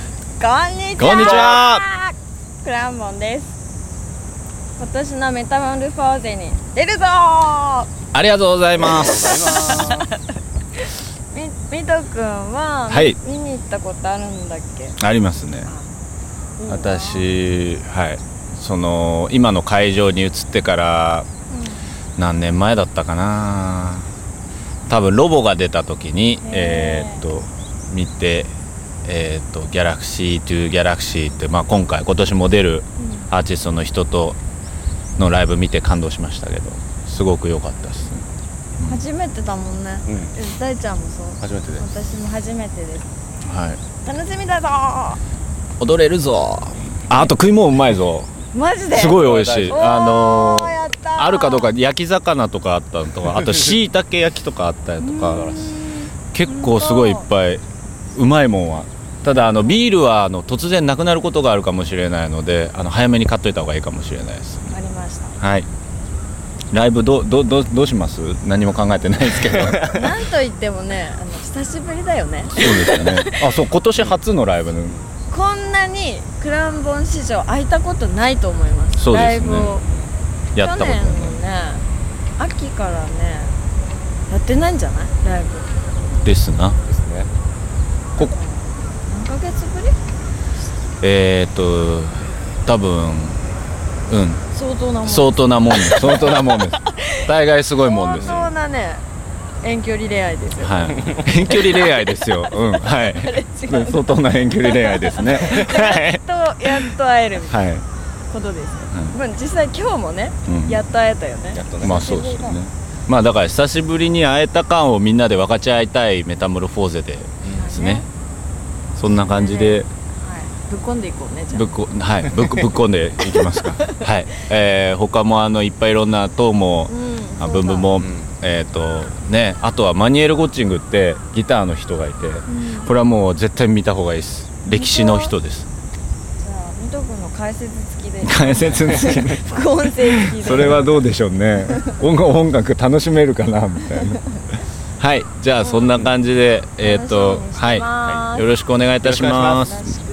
にちはこんにちはクランボンです今年のメタモルフォーゼに出るぞありがとうございますみみとくんは、はい見に行ったことあるんだっけいいありますねな私はいその今の会場に移ってから何年前だったかな多分ロボが出た時にへえーーっと見てえーっとギャラクシートゥギャラクシーって、まあ、今回今年も出るアーティストの人とのライブ見て感動しましたけどすごく良かったですねうん初めてだもんね、うんうん、大ちゃんもそう初めてで私も初めてですはい楽しみだぞ踊れるぞああと食い物うまいぞマジですごい美味しいおーあのーやったーあるかどうか焼き魚とかあったのとかあとしいたけ焼きとかあったりとか結構すごいいっぱいうまいもんはただあのビールはあの突然なくなることがあるかもしれないのであの早めに買っといた方がいいかもしれないですありましたはいライブどうどうどうどうします何も考えてないですけどそうなんといってもねあの久しぶりだよねですよねあそう今年初のライブのこんなにクランボン史上空いたことないと思いますそうですねライブをやったことない去年のね秋からねやってないんじゃないライブですなですね。ここ何ヶ月ぶりえー、っと多分うん相当なもん相当なもんです 相当なもんです大概すごいもんですよ相当なね遠距離恋愛ですよ、はい、遠距離恋愛ですよ。うん、はい。あれ違う相当な遠距離恋愛ですね。はい。とやっと会えるみたいはい。なことですよ、うまあ実際今日もね、うんやっと会えたよねやっとね。まあ、そうですよね。まあ、だから、久しぶりに会えた感をみんなで分かち合いたいメタモルフォーゼで。ですね。そんな感じで、はいぶっこんでいこうねじゃぶっこ、はい、ぶっこ、ぶっこんでいきますか。はい。えー、他も、あの、いっぱいいろんな党もあ、うんあ、そうだブンブンもん。えっと、ね、あとはマニュエルゴッチングって、ギターの人がいて。うんこれはもう、絶対見た方がいいです。歴史の人です。じゃあ、みとくんの解説付き で、解説ですけど 副音声付きで。 それはどうでしょうね音楽音楽楽しめるかなみたいなはいじゃあそんな感じでえっ、と楽しみにしてはいますはいよろしくお願いいたしよろしくお願まいしますよろしく